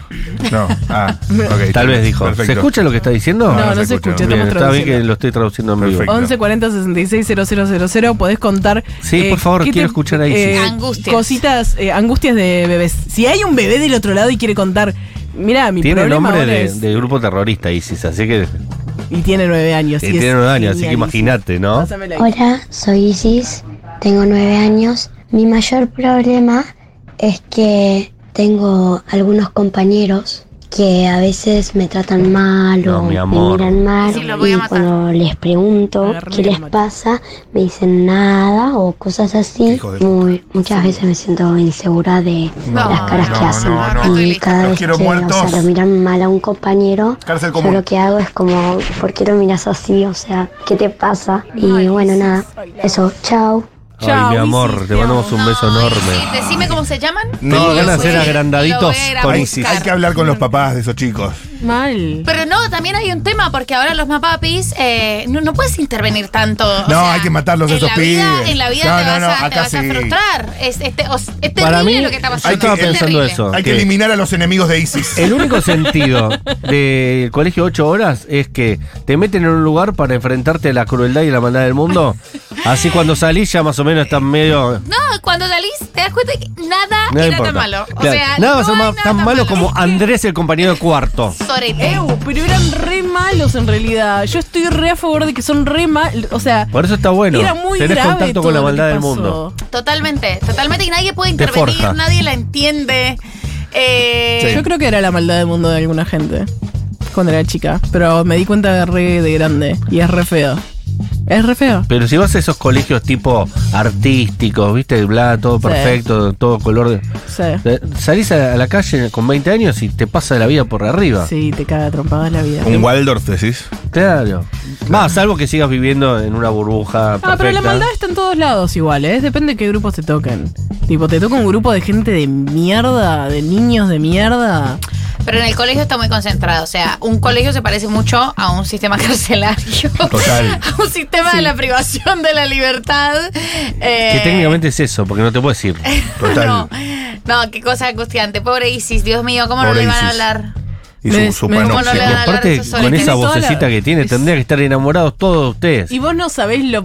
Speaker 3: No. Ah, ok.
Speaker 4: Tal vez dijo.
Speaker 3: Perfecto.
Speaker 4: ¿Se escucha lo que está diciendo?
Speaker 3: No,
Speaker 2: no, no se escucha.
Speaker 4: Bien,
Speaker 2: estamos
Speaker 4: está bien
Speaker 2: traduciendo. Oh,
Speaker 4: que lo estoy traduciendo en vivo.
Speaker 3: Perfecto.
Speaker 2: 1140 66 000. Podés contar. eh,
Speaker 4: Sí, por favor,
Speaker 2: ¿qué eh,
Speaker 4: quiero escuchar a Isis.
Speaker 5: Angustias.
Speaker 2: Cositas, eh, angustias de bebés. Si hay un bebé del otro lado y quiere contar, mira, mi
Speaker 4: Tiene
Speaker 2: problema
Speaker 4: nombre
Speaker 2: ahora
Speaker 4: de,
Speaker 2: es-
Speaker 4: de grupo terrorista ISIS, así que
Speaker 2: Y tiene nueve años.
Speaker 4: eh,
Speaker 2: y es
Speaker 4: tiene un daño, así que
Speaker 2: genialísimo.
Speaker 4: imagínate, ¿no?
Speaker 2: Pásamela ahí.
Speaker 9: Hola, soy Isis, tengo nueve años. Mi mayor problema es que tengo algunos compañeros que a veces me tratan mal
Speaker 4: No,
Speaker 9: o
Speaker 4: mi
Speaker 9: me
Speaker 4: amor.
Speaker 9: miran mal
Speaker 5: Sí, los voy a
Speaker 9: y
Speaker 5: matar.
Speaker 9: cuando les pregunto
Speaker 2: Agarrame
Speaker 9: qué
Speaker 2: y lo
Speaker 9: les
Speaker 2: mato.
Speaker 9: pasa me dicen nada o cosas así.
Speaker 3: Hijo de
Speaker 9: Muy, muchas veces me siento insegura de
Speaker 5: No,
Speaker 9: las caras
Speaker 5: no,
Speaker 9: que hacen
Speaker 5: no, no, estoy
Speaker 9: y
Speaker 5: lista.
Speaker 9: cada vez
Speaker 3: Los
Speaker 9: que
Speaker 3: quiero
Speaker 9: o sea,
Speaker 3: muertos.
Speaker 9: lo miran mal a un compañero
Speaker 3: Cárcel
Speaker 9: yo
Speaker 3: común.
Speaker 9: lo que hago es como, ¿por qué lo miras así? O sea, ¿qué te pasa? Y
Speaker 2: Ay,
Speaker 9: bueno,
Speaker 2: Jesús,
Speaker 9: nada,
Speaker 2: ay, la-
Speaker 9: eso, chao.
Speaker 4: Ay,
Speaker 2: Chao,
Speaker 4: mi amor,
Speaker 2: Isis,
Speaker 4: te
Speaker 2: te
Speaker 4: mandamos un
Speaker 5: No,
Speaker 4: beso
Speaker 5: sí,
Speaker 4: enorme.
Speaker 5: Decime cómo se llaman.
Speaker 4: Tengo
Speaker 3: No,
Speaker 4: ganas de
Speaker 3: sí.
Speaker 4: ser agrandaditos
Speaker 5: Lo voy a ir a
Speaker 4: con
Speaker 5: buscar.
Speaker 3: Hay,
Speaker 4: ISIS.
Speaker 3: hay que hablar con los papás de esos chicos.
Speaker 2: Mal.
Speaker 5: Pero no, también hay un tema, porque ahora los mapapis eh, no, no puedes intervenir tanto. o
Speaker 3: No, hay que matarlos a
Speaker 5: en
Speaker 3: esos
Speaker 5: la vida-
Speaker 3: pibes.
Speaker 5: En la vida
Speaker 3: No,
Speaker 5: te,
Speaker 3: no,
Speaker 5: vas,
Speaker 3: no,
Speaker 5: a, te
Speaker 3: acá
Speaker 5: vas a
Speaker 3: sí.
Speaker 5: frustrar. Es, es te- o sea, es terrible
Speaker 4: Para mí,
Speaker 5: lo que está
Speaker 4: yo
Speaker 5: pasando.
Speaker 4: estaba
Speaker 5: es terrible.
Speaker 4: pensando eso.
Speaker 3: Hay que
Speaker 4: que-
Speaker 3: eliminar a los enemigos de ISIS.
Speaker 4: El único sentido del colegio 8 horas es que te meten en un lugar para enfrentarte a la crueldad y la maldad del mundo. Así cuando salís ya más o menos estás medio...
Speaker 5: No, cuando salís te das cuenta que nada,
Speaker 4: No
Speaker 5: era
Speaker 4: importa.
Speaker 5: Ah, tan malo. O
Speaker 4: Claro,
Speaker 5: sea,
Speaker 4: nada va a
Speaker 5: no
Speaker 4: ser
Speaker 5: hay
Speaker 4: más-
Speaker 5: nada
Speaker 4: tan malo como Andrés, el compañero de cuarto.
Speaker 5: Sorete.
Speaker 2: Eu, pero eran re malos en realidad. Yo estoy re a favor de que son re malos. O sea,
Speaker 4: Por eso está bueno.
Speaker 2: era muy
Speaker 4: Tenés
Speaker 2: grave
Speaker 4: contacto
Speaker 2: todo
Speaker 4: con la
Speaker 2: lo que
Speaker 4: maldad del
Speaker 2: pasó.
Speaker 4: mundo.
Speaker 5: Totalmente, totalmente. Y nadie puede
Speaker 4: Te
Speaker 5: intervenir,
Speaker 4: forja.
Speaker 5: nadie la entiende. Eh,
Speaker 2: Yo creo que era la maldad del mundo de alguna gente cuando era chica. Pero me di cuenta de re de grande. Y es re feo. Es re feo.
Speaker 4: Pero si vas a esos colegios tipo artísticos, viste, bla, todo
Speaker 2: Sí.
Speaker 4: perfecto, todo color de...
Speaker 2: Sí.
Speaker 4: Eh, Salís a la calle con 20 años y te pasa la vida por arriba.
Speaker 2: Sí, te caga trompadas la vida.
Speaker 3: Un Waldorf, decís.
Speaker 4: Claro. Va, salvo que sigas viviendo en una burbuja. Perfecta.
Speaker 2: Ah, pero la maldad está en todos lados igual, ¿eh? Depende de qué grupos te toquen. Tipo, te toca un grupo de gente de mierda, de niños de mierda.
Speaker 5: Pero en el colegio está muy concentrado. O sea, un colegio se parece mucho a un sistema carcelario.
Speaker 3: Total.
Speaker 5: A un sistema de la privación de la libertad. eh,
Speaker 4: Que técnicamente es eso, porque no te puedes ir.
Speaker 3: Total.
Speaker 5: No, no, qué cosa angustiante. Pobre Isis, Dios mío, ¿cómo no
Speaker 3: Pobre
Speaker 5: le van a
Speaker 3: Isis.
Speaker 5: hablar?
Speaker 3: Y
Speaker 2: Me-
Speaker 3: su, su
Speaker 2: me- ¿cómo
Speaker 5: no le van a
Speaker 4: y
Speaker 3: panopsia.
Speaker 5: hablar de
Speaker 4: aparte,
Speaker 5: esos soles?
Speaker 4: con esa
Speaker 2: Tiene toda la-
Speaker 4: vocecita que tiene, tendría que estar enamorados todos ustedes.
Speaker 2: Y
Speaker 4: Y,
Speaker 2: vos no sabés lo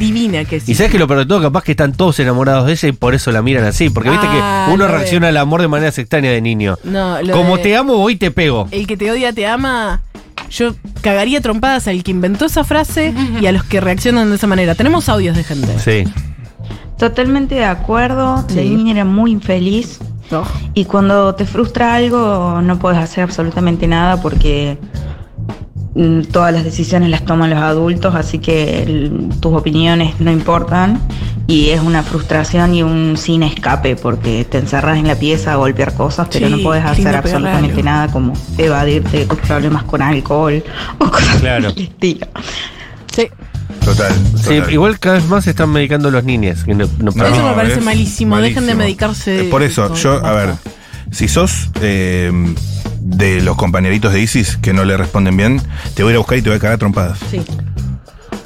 Speaker 2: divina que es.
Speaker 4: sabes que lo peor de todo, capaz que están todos enamorados de ella y por eso la miran así. Porque viste
Speaker 2: Ah,
Speaker 4: que uno
Speaker 2: lo de-
Speaker 4: reacciona al amor de maneras extrañas de niño.
Speaker 2: No, lo Eh,
Speaker 4: Como
Speaker 2: de-
Speaker 4: te amo, voy y te pego.
Speaker 2: El que te odia te ama. Yo cagaría trompadas al que inventó esa frase y a los que reaccionan de esa manera. Tenemos audios de gente.
Speaker 4: Sí.
Speaker 10: Totalmente de acuerdo,
Speaker 2: Sí.
Speaker 10: la niña era muy infeliz
Speaker 2: Oh.
Speaker 10: y cuando te frustra algo no puedes hacer absolutamente nada porque mm, todas las decisiones las toman los adultos, así que el- tus opiniones no importan Y es una frustración y un sin escape porque te encerras en la pieza a golpear cosas, pero
Speaker 2: Sí,
Speaker 10: no puedes
Speaker 2: qué
Speaker 10: hacer
Speaker 2: lindo pegarle
Speaker 10: absolutamente
Speaker 2: algo.
Speaker 10: nada como evadirte de tus problemas con alcohol o cosas
Speaker 4: Claro.
Speaker 10: del estilo.
Speaker 2: Sí.
Speaker 3: Total.
Speaker 4: Sí, igual cada vez más se están medicando los niños. Que no, no
Speaker 2: Eso
Speaker 4: paran.
Speaker 2: me parece
Speaker 3: es
Speaker 2: malísimo. Dejen de
Speaker 3: malísimo.
Speaker 2: medicarse.
Speaker 3: Eh, Por eso,
Speaker 2: todo.
Speaker 3: yo, a ver, si sos eh, de los compañeritos de ISIS que no le responden bien, te voy a ir a buscar y te voy a cagar a trompadas.
Speaker 2: Sí.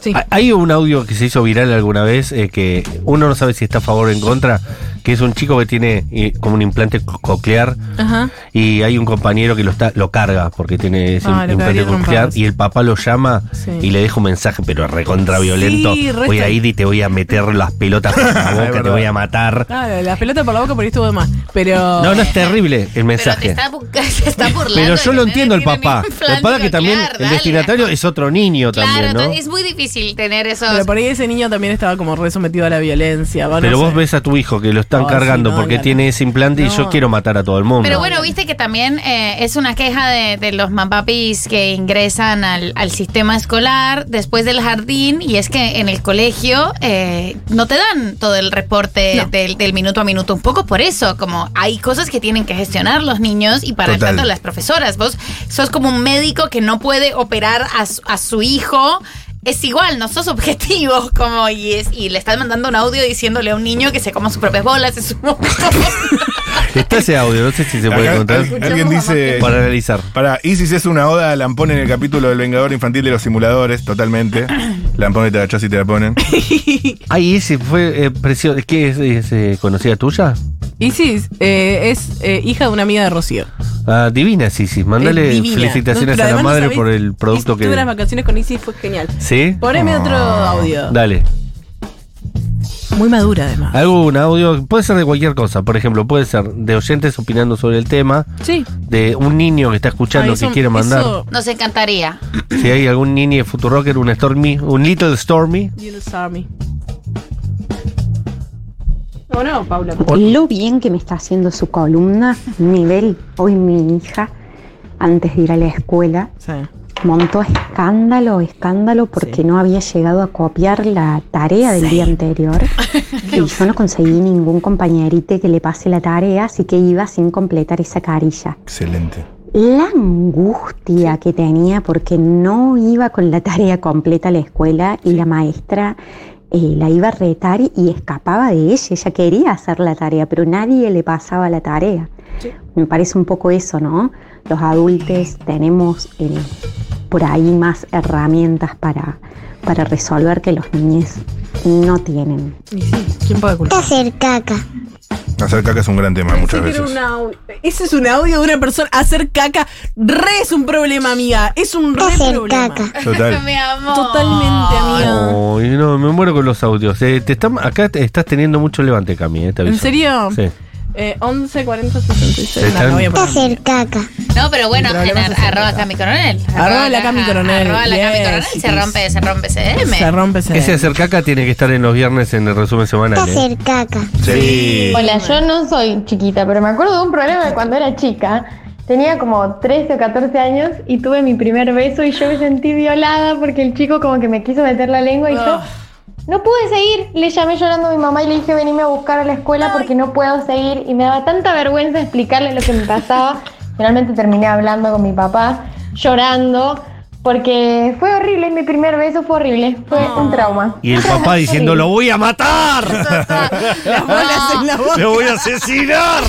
Speaker 2: Sí.
Speaker 4: Ha- Ah, Hay un audio que se hizo viral alguna vez eh, que uno no sabe si está a favor o en contra, que es un chico que tiene eh, como un implante co- coclear
Speaker 2: Ajá.
Speaker 4: y hay un compañero que lo está lo carga porque tiene ese
Speaker 2: Ah, lo
Speaker 4: implante
Speaker 2: cagaría a
Speaker 4: coclear
Speaker 2: trompadas.
Speaker 4: y el papá lo llama
Speaker 2: Sí.
Speaker 4: y le deja un mensaje pero recontra violento.
Speaker 2: Sí, re
Speaker 4: voy a
Speaker 2: está-
Speaker 4: ir y te voy a meter las pelotas por la boca, te
Speaker 3: verdad.
Speaker 4: voy a matar.
Speaker 2: Claro, Ah, la pelota por la boca por ahí estuvo de más. Pero.
Speaker 4: No, no es terrible el
Speaker 5: Pero te
Speaker 4: mensaje.
Speaker 5: está, bu- se está burlando.
Speaker 4: Pero
Speaker 5: de
Speaker 4: yo lo
Speaker 5: que
Speaker 4: entiendo el
Speaker 5: tiene ningún
Speaker 4: papá.
Speaker 5: plan,
Speaker 4: El papá que
Speaker 5: digo,
Speaker 4: también,
Speaker 5: claro,
Speaker 4: el
Speaker 5: dale.
Speaker 4: destinatario es otro niño
Speaker 5: Claro,
Speaker 4: también, ¿no?
Speaker 5: entonces es muy difícil tener esos.
Speaker 2: Pero por ahí ese niño también estaba como re sometido a la violencia. va, no
Speaker 4: Pero vos
Speaker 2: sé.
Speaker 4: ves a tu hijo que lo están
Speaker 2: No, sí,
Speaker 4: cargando
Speaker 2: no,
Speaker 4: porque
Speaker 2: claro.
Speaker 4: tiene ese implante y yo
Speaker 2: No.
Speaker 4: quiero matar a todo el mundo.
Speaker 5: Pero bueno, viste que también eh, es una queja de, de los mapapis que ingresan al, al sistema escolar después del jardín y es que en el colegio eh, no te dan todo el reporte
Speaker 2: No.
Speaker 5: del, del minuto a minuto. Un poco por eso, como hay cosas que tienen que gestionar los niños y para
Speaker 3: Total.
Speaker 5: el tanto las profesoras. Vos sos como un médico que no puede operar a su, a su hijo. Es igual, no sos objetivo, como y, es, y le estás mandando un audio diciéndole a un niño que se coma sus propias bolas. Es un poco-
Speaker 4: Está ese audio, no sé si se puede
Speaker 3: Acá
Speaker 4: encontrar eh,
Speaker 3: al- alguien dice.
Speaker 4: para analizar.
Speaker 3: Para ISIS es una oda a Lampón en el capítulo del Vengador Infantil de los Simuladores, totalmente. Lampón te la echás y te la ponen.
Speaker 4: Ay, ese fue eh, precioso. ¿Qué es, es, eh, conocida tuya?
Speaker 2: Isis eh, es eh, hija de una amiga de Rocío.
Speaker 4: Ah, divina, sí, sí. Mándale
Speaker 2: Es divina. No,
Speaker 4: felicitaciones
Speaker 2: pero
Speaker 4: a la
Speaker 2: además no
Speaker 4: madre
Speaker 2: sabés-
Speaker 4: por el producto que. Ah.
Speaker 2: Estuve las vacaciones con Isis, fue genial.
Speaker 4: ¿Sí?
Speaker 2: Poneme otro audio.
Speaker 4: Dale.
Speaker 2: Muy madura, además.
Speaker 4: Algún audio, puede ser de cualquier cosa. Por ejemplo, puede ser de oyentes opinando sobre el tema,
Speaker 2: Sí.
Speaker 4: de un niño que está escuchando
Speaker 2: Ah, eso-
Speaker 4: Ah, que quiere mandar.
Speaker 2: eso-
Speaker 5: Nos encantaría.
Speaker 4: Si hay algún niño de Futurocker, un Stormy, un Little Stormy.
Speaker 2: You know, Sammy. No, no, Paula.
Speaker 11: Lo bien que me está haciendo su columna, nivel, hoy mi hija, antes de ir a la escuela,
Speaker 2: Sí.
Speaker 11: montó escándalo, escándalo, porque no había llegado a copiar la tarea del día anterior. y yo no conseguí ningún compañerite que le pase la tarea, así que iba sin completar esa carilla.
Speaker 3: Excelente.
Speaker 11: La angustia que tenía porque no iba con la tarea completa a la escuela y la maestra eh, la iba a retar y escapaba de ella. Ella quería hacer la tarea, pero nadie le pasaba la tarea. Me parece un poco eso, ¿no? Los adultos tenemos eh, por ahí más herramientas para, para resolver que los niños no tienen.
Speaker 2: Y sí, ¿quién puede culpar?
Speaker 9: Hacer caca.
Speaker 3: Hacer caca es un gran tema muchas
Speaker 2: Ese era
Speaker 3: veces.
Speaker 2: un au- Ese es un audio de una persona. Hacer caca. Re es un problema, amiga. Es un re
Speaker 9: Hacer
Speaker 2: problema.
Speaker 9: caca.
Speaker 3: Total.
Speaker 5: Mi amor.
Speaker 2: Totalmente, amiga.
Speaker 4: Ay, Ah, no, me muero con los audios. Eh, te están, acá te estás teniendo mucho levante, Cami. eh, te
Speaker 2: ¿En
Speaker 4: aviso.
Speaker 2: serio?
Speaker 4: Sí.
Speaker 2: Eh, 11, 40, 66. No,
Speaker 4: Están-
Speaker 2: la voy a poner.
Speaker 9: Hacer caca.
Speaker 5: No, pero bueno, en ar- arroba Cami Coronel.
Speaker 2: Arroba la Cami Coronel,
Speaker 5: Arroba la Cami
Speaker 2: yes,
Speaker 5: Coronel. Se
Speaker 2: yes.
Speaker 5: rompe, se rompe
Speaker 2: Se
Speaker 5: CM.
Speaker 2: rompe ese.
Speaker 4: Ese hacer caca tiene que estar en los viernes en el resumen semanal. eh.
Speaker 9: Hacer caca.
Speaker 3: Sí.
Speaker 12: Hola, yo no soy chiquita, pero me acuerdo de un problema de cuando era chica. Tenía como 13 o 14 años y tuve mi primer beso y yo me sentí violada porque el chico como que me quiso meter la lengua y yo
Speaker 2: Ah.
Speaker 12: no pude seguir. Le llamé llorando a mi mamá y le dije venime a buscar a la escuela porque no puedo seguir y me daba tanta vergüenza explicarle lo que me pasaba. Finalmente terminé hablando con mi papá, llorando, porque fue horrible, mi primer beso fue horrible, fue un trauma.
Speaker 4: Y el papá diciendo, lo voy a matar.
Speaker 2: Las bolas en la boca.
Speaker 4: Lo voy a asesinar.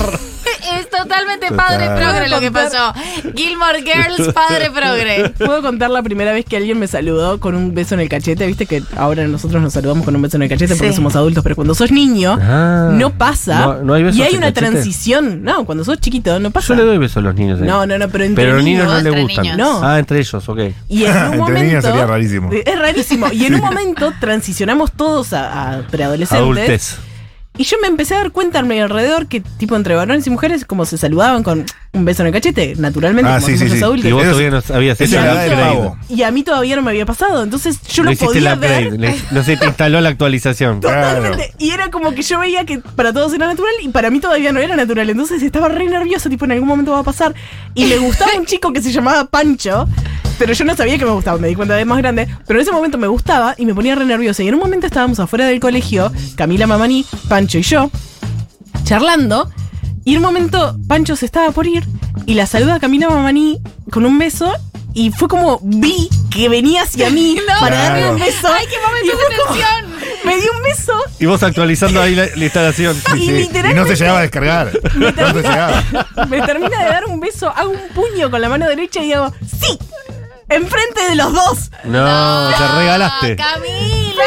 Speaker 5: Es totalmente padre
Speaker 3: Total.
Speaker 5: progre lo que pasó. Gilmore Girls, padre progre.
Speaker 2: Puedo contar la primera vez que alguien me saludó con un beso en el cachete. Viste que ahora nosotros nos saludamos con un beso en el cachete porque
Speaker 5: Sí.
Speaker 2: somos adultos, pero cuando sos niño
Speaker 4: Ah.
Speaker 2: no pasa.
Speaker 4: No- no hay besos
Speaker 2: y hay
Speaker 4: en
Speaker 2: una
Speaker 4: cachete.
Speaker 2: transición. No, cuando sos chiquito no pasa.
Speaker 4: Yo le doy besos a los niños. eh.
Speaker 2: No, no, no, pero entre
Speaker 4: Pero a los niños no le
Speaker 5: Entre
Speaker 4: gustan.
Speaker 5: niños.
Speaker 2: No.
Speaker 4: Ah, entre ellos, ok.
Speaker 2: Y en un
Speaker 3: Entre
Speaker 2: momento.
Speaker 3: niños sería rarísimo.
Speaker 2: Es rarísimo. Y en un momento transicionamos todos a, a preadolescentes.
Speaker 4: Adultez.
Speaker 2: Y yo me empecé a dar cuenta a mi alrededor que, tipo, entre varones y mujeres, como se saludaban con un beso en el cachete, naturalmente.
Speaker 4: Ah,
Speaker 2: como
Speaker 4: sí, sí,
Speaker 2: hacemos los
Speaker 4: sí.
Speaker 2: adultos.
Speaker 4: Y vos todavía no sabías
Speaker 3: Esa
Speaker 4: eso.
Speaker 3: es la edad del pavo.
Speaker 2: Y a mí todavía no me había pasado, entonces yo
Speaker 4: No
Speaker 2: lo
Speaker 4: hiciste la
Speaker 2: podía
Speaker 4: upgrade,
Speaker 2: ver.
Speaker 4: le- no se te instaló la actualización.
Speaker 2: Totalmente. Y era como que yo veía que para todos era natural y para mí todavía no era natural. Entonces estaba re nerviosa, tipo, en algún momento va a pasar. Y le gustaba un chico que se llamaba Pancho, pero yo no sabía que me gustaba, me di cuenta de más grande. Pero en ese momento me gustaba y me ponía re nerviosa. Y en un momento estábamos afuera del colegio, Camila Mamani, Pancho y yo, charlando. Y en un momento Pancho se estaba por ir y la saluda a Camila Mamani con un beso. Y fue como vi que venía hacia mí
Speaker 5: No,
Speaker 2: para darme un
Speaker 5: no.
Speaker 2: beso.
Speaker 5: Ay, qué momento
Speaker 2: Y
Speaker 5: de
Speaker 2: fue como-
Speaker 5: tensión.
Speaker 2: Me dio un beso
Speaker 4: Y vos actualizando ahí la, la instalación.
Speaker 2: Y literalmente-
Speaker 3: Y no se llegaba a descargar. No se llegaba.
Speaker 2: Me termina de dar un beso, hago un puño con la mano derecha y hago ¡Sí! Enfrente de los dos.
Speaker 4: No, te regalaste.
Speaker 5: Camila.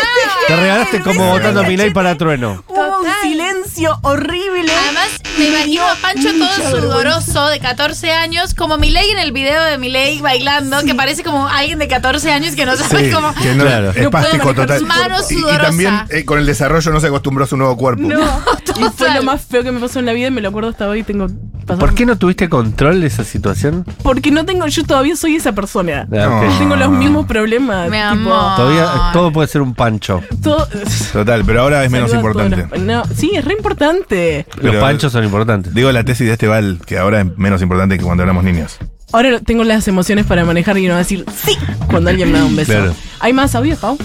Speaker 4: Te regalaste como votando a Milei para trueno.
Speaker 2: Hubo un silencio horrible.
Speaker 5: Además, me imagino a Pancho
Speaker 2: mucha
Speaker 5: todo
Speaker 2: vergüenza.
Speaker 5: sudoroso de 14 años, como Milei en el video de Milei bailando, que parece como alguien de 14 años que no sabe
Speaker 3: Sí,
Speaker 5: cómo.
Speaker 3: que no,
Speaker 4: Claro.
Speaker 3: es
Speaker 4: No
Speaker 3: pástico
Speaker 5: puedo manejar
Speaker 3: total.
Speaker 5: su mano
Speaker 3: Y- y,
Speaker 5: sudorosa.
Speaker 3: también eh, con el desarrollo no se acostumbró a su nuevo cuerpo.
Speaker 2: No, y fue lo más feo que me pasó en la vida y me lo acuerdo hasta hoy. Tengo pasado-
Speaker 4: ¿Por qué no tuviste control de esa situación?
Speaker 2: Porque no tengo, yo todavía soy esa persona.
Speaker 4: Ah, ok.
Speaker 2: Yo tengo los mismos problemas.
Speaker 5: Mi
Speaker 2: tipo,
Speaker 5: amor.
Speaker 4: Todavía todo puede ser un pancho.
Speaker 2: todo-
Speaker 3: Total, pero ahora es menos
Speaker 2: Saluda a todos
Speaker 3: importante.
Speaker 2: los- no, sí, es re importante.
Speaker 4: Los panchos son importantes.
Speaker 3: Digo la tesis de este Val, que ahora es menos importante que cuando éramos niños.
Speaker 2: Ahora lo- tengo las emociones para manejar y no decir sí cuando alguien me da un beso.
Speaker 3: Claro.
Speaker 2: ¿Hay más audios, Pau?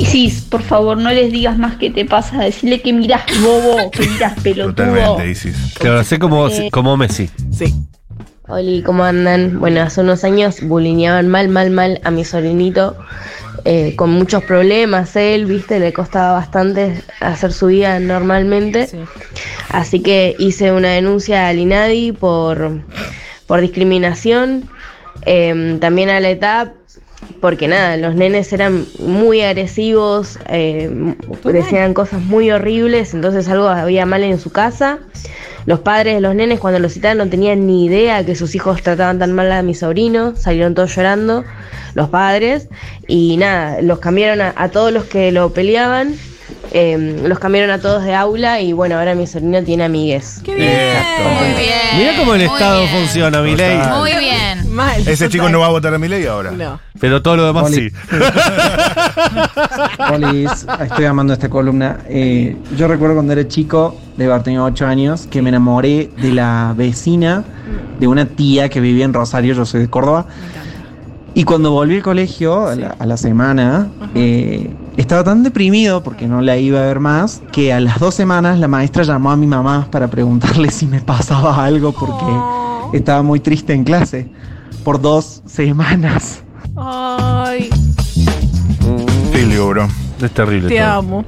Speaker 13: Isis, por favor, no les digas más que te pasa. Decirle que mirás bobo, que mirás pelotudo.
Speaker 4: Totalmente,
Speaker 3: Isis.
Speaker 4: Claro, sé como, como Messi.
Speaker 2: Sí.
Speaker 14: Oli, ¿cómo andan? Bueno, hace unos años bulineaban mal, mal, mal a mi sobrinito eh, con muchos problemas. Él, viste, le costaba bastante hacer su vida normalmente. Así que hice una denuncia al INADI por, por discriminación, eh, también a la ETAP, porque nada, los nenes eran muy agresivos, eh, decían cosas muy horribles, entonces algo había mal en su casa. Los padres de los nenes cuando los citaron no tenían ni idea que sus hijos trataban tan mal a mi sobrino, salieron todos llorando, los padres, y nada, los cambiaron a, a todos los que lo peleaban, eh, los cambiaron a todos de aula y bueno, ahora mi sobrino tiene amigues.
Speaker 5: Eh, Muy bien.
Speaker 4: Mirá cómo el Estado funciona, Milei.
Speaker 3: Total.
Speaker 5: Muy bien.
Speaker 2: Mal.
Speaker 3: Ese chico no va a votar a mi ley ahora.
Speaker 2: No.
Speaker 4: Pero todo lo demás
Speaker 15: Oli.
Speaker 4: sí.
Speaker 15: Polis, estoy amando esta columna. Eh, yo recuerdo cuando era chico, de haber tenido 8 años, que me enamoré de la vecina de una tía que vivía en Rosario, yo soy de Córdoba. Y cuando volví al colegio, a, la, a la semana, eh, estaba tan deprimido porque no la iba a ver más, que a las dos semanas la maestra llamó a mi mamá para preguntarle si me pasaba algo porque estaba muy triste en clase. Por dos semanas.
Speaker 2: Ay,
Speaker 3: Filio, bro.
Speaker 4: Es terrible.
Speaker 16: Te
Speaker 4: todo.
Speaker 2: amo.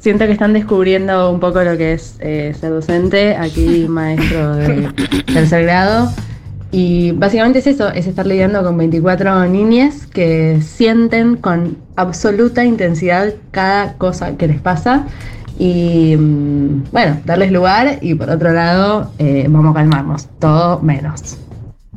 Speaker 16: Siento que están descubriendo un poco lo que es eh, ser docente, aquí maestro de tercer grado. Y básicamente es eso, es estar lidiando con 24 niñas que sienten con absoluta intensidad cada cosa que les pasa. Y mm, bueno, darles lugar y por otro lado, eh, vamos a calmarnos, todo menos.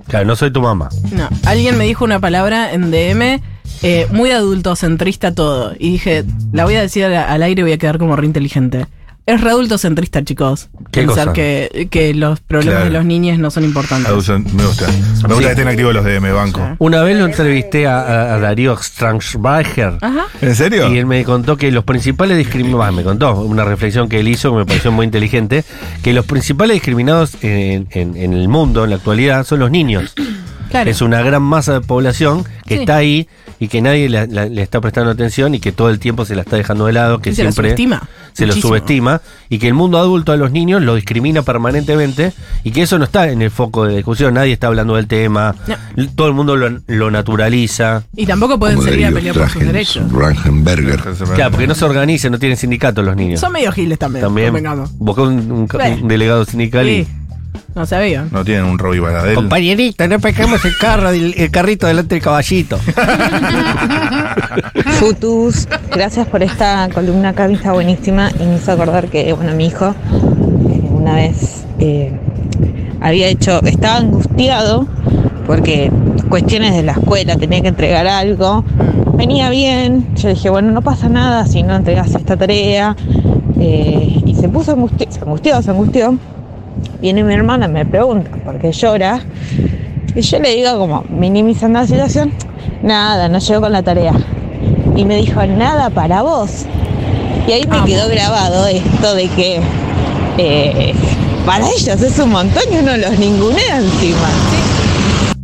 Speaker 4: Claro, no soy tu mamá.
Speaker 2: no. Alguien me dijo una palabra en DM eh, muy adulto, centrista todo. Y dije, la voy a decir al, al aire y voy a quedar como re inteligente. Es re adulto centrista, chicos.
Speaker 3: ¿Qué
Speaker 2: Pensar
Speaker 3: cosa?
Speaker 2: que, que los problemas
Speaker 3: Claro.
Speaker 2: de los niños no son importantes.
Speaker 3: Adulto, me gusta. Me gusta que estén activos los DM Banco.
Speaker 4: Una vez lo entrevisté a, a- a Darío Strangbacher.
Speaker 2: Ajá.
Speaker 3: ¿En serio?
Speaker 4: Y él me contó que los principales discriminados, me contó una reflexión que él hizo que me pareció muy inteligente, que los principales discriminados en, en- en el mundo, en la actualidad, son los niños.
Speaker 2: Claro.
Speaker 4: Es una gran masa de población que
Speaker 2: Sí.
Speaker 4: está ahí y que nadie la- la- le está prestando atención y que todo el tiempo se la está dejando de lado, que
Speaker 2: Y se la
Speaker 4: siempre
Speaker 2: subestima.
Speaker 4: se lo
Speaker 2: Muchísimo.
Speaker 4: subestima y que el mundo adulto a los niños lo discrimina permanentemente y que eso no está en el foco de discusión, nadie está hablando del tema, todo el mundo lo, lo naturaliza.
Speaker 2: Y tampoco pueden salir a pelear por sus derechos.
Speaker 4: Rangenberger. Claro, porque no se organizan, no tienen sindicatos los niños.
Speaker 2: Son medio giles también.
Speaker 4: También
Speaker 2: convengamos.
Speaker 4: busca un, un-
Speaker 2: Bueno.
Speaker 4: un delegado sindical
Speaker 2: Sí. No sabía.
Speaker 3: y no tienen un Robbie Baradel.
Speaker 4: Compañerita, no pescamos el carro, del- el carrito delante del caballito.
Speaker 17: Futus, gracias por esta columna Cami, está buenísima y me hizo acordar que, bueno, mi hijo eh, una vez eh, había hecho, estaba angustiado porque cuestiones de la escuela, tenía que entregar algo, venía bien, yo dije, bueno, no pasa nada si no entregas esta tarea, eh, y se puso angustiado, se angustió, se angustió, viene mi hermana, me pregunta por qué llora. Y yo le digo como minimizando la situación, nada, no llego con la tarea. Y me dijo, nada para vos. Y ahí me quedó grabado esto de que eh, para ellos es un montón y uno los ningunea encima.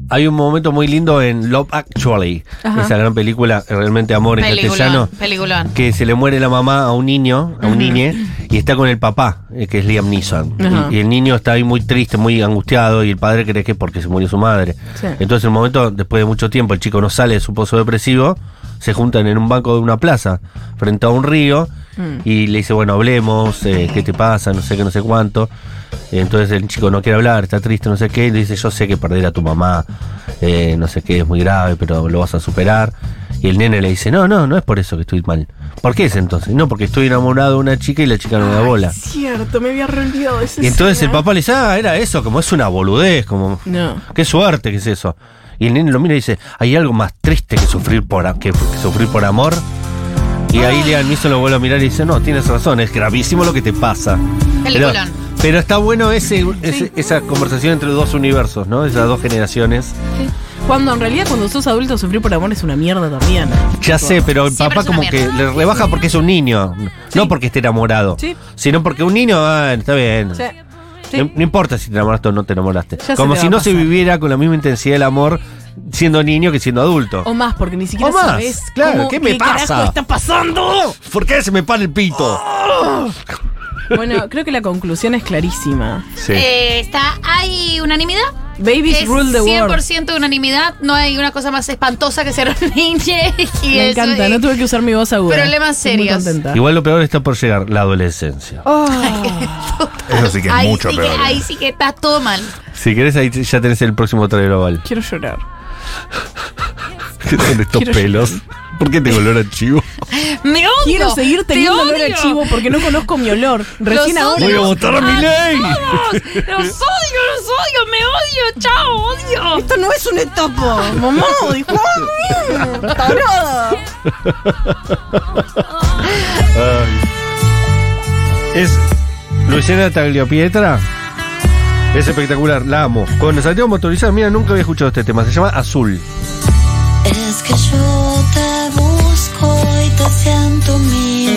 Speaker 4: Hay un momento muy lindo en Love Actually,
Speaker 5: Ajá.
Speaker 4: esa gran película, realmente amor en castellano,
Speaker 5: Peliculón, peliculón.
Speaker 4: que se le muere la mamá a un niño, a un niñe, y está con el papá, eh, que es Liam Neeson.
Speaker 5: Ajá.
Speaker 4: Y, y el niño está ahí muy triste, muy angustiado, y el padre cree que es porque se murió su madre.
Speaker 5: Sí.
Speaker 4: Entonces, en un momento, después de mucho tiempo, el chico no sale de su pozo depresivo, se juntan en un banco de una plaza, frente a un río,
Speaker 5: Mm.
Speaker 4: y le dice, bueno, hablemos, eh, ¿qué te pasa? No sé qué, no sé cuánto. Entonces el chico no quiere hablar, está triste, no sé qué. Y le dice, yo sé que perder a tu mamá, eh, no sé qué, es muy grave, pero lo vas a superar. Y el nene le dice, no, no, no es por eso que estoy mal. ¿Por qué es entonces? No, porque estoy enamorado de una chica y la chica no me da bola.
Speaker 2: Cierto, me había reolvidado ese
Speaker 4: Y entonces el papá le dice, ah, era eso, como es una boludez, como...
Speaker 2: ¿eh? No.
Speaker 4: Qué suerte que es eso. Y el nene lo mira y dice, ¿hay algo más triste que sufrir por, a- que, que sufrir por amor? Y
Speaker 2: Ah.
Speaker 4: ahí Liam Neeson lo vuelve a mirar y dice, no, tienes razón, es gravísimo lo que te pasa. Pero,
Speaker 5: Peliculón.
Speaker 4: pero está bueno ese, ese- esa conversación entre los dos universos, ¿no? Esas dos generaciones.
Speaker 2: Cuando en realidad cuando sos adulto sufrir por amor es una mierda también.
Speaker 4: Ya sé, pero el papá
Speaker 2: es
Speaker 4: como
Speaker 2: una
Speaker 4: que le rebaja porque es un niño, no porque esté enamorado,
Speaker 2: Sí.
Speaker 4: sino porque un niño, ah, está bien.
Speaker 2: Sí.
Speaker 4: No, no importa si te enamoraste o no te enamoraste.
Speaker 2: Ya se
Speaker 4: Como
Speaker 2: te
Speaker 4: si
Speaker 2: va a
Speaker 4: no se viviera con la misma intensidad el amor siendo niño que siendo adulto.
Speaker 2: O más, porque ni siquiera
Speaker 4: O más,
Speaker 2: sabes
Speaker 4: claro,
Speaker 2: cómo-
Speaker 4: ¿qué me pasa?
Speaker 2: carajo está pasando?
Speaker 4: ¿Por qué se me para el pito?
Speaker 2: Bueno, creo que la conclusión es clarísima.
Speaker 4: Sí.
Speaker 5: Eh, está, hay unanimidad.
Speaker 2: Babies
Speaker 5: es
Speaker 2: rule the world.
Speaker 5: 100% unanimidad. No hay una cosa más espantosa que ser un niño. y
Speaker 2: Me
Speaker 5: eso,
Speaker 2: encanta,
Speaker 5: eh,
Speaker 2: no tuve que usar mi voz aguda.
Speaker 5: Problemas
Speaker 2: Estoy
Speaker 5: serios.
Speaker 2: Muy contenta.
Speaker 4: Igual lo peor está por llegar, la adolescencia. Eso sí
Speaker 5: ahí, sí que, ahí sí que está todo mal.
Speaker 4: Si querés, ahí ya tenés el próximo trailer oval.
Speaker 2: Quiero llorar.
Speaker 4: ¿Qué son estos
Speaker 2: Quiero-
Speaker 4: pelos? ¿Por qué te olor a chivo?
Speaker 5: Me odio.
Speaker 2: Quiero seguir
Speaker 5: te
Speaker 2: teniendo olor
Speaker 5: odio.
Speaker 2: a chivo porque no conozco mi olor. Recién
Speaker 5: Los
Speaker 2: ahora.
Speaker 5: odio.
Speaker 4: ley!
Speaker 5: Los odio, los odio, me odio. Chao, odio.
Speaker 2: Esto no es un etopo, mamá. Dijo,
Speaker 4: Ay. Es Luciana Tagliopietra. Es espectacular, la amo. Con Santiago Motorizar, mira, nunca había escuchado este tema. Se llama Azul.
Speaker 18: Es que yo te busco y te siento mía.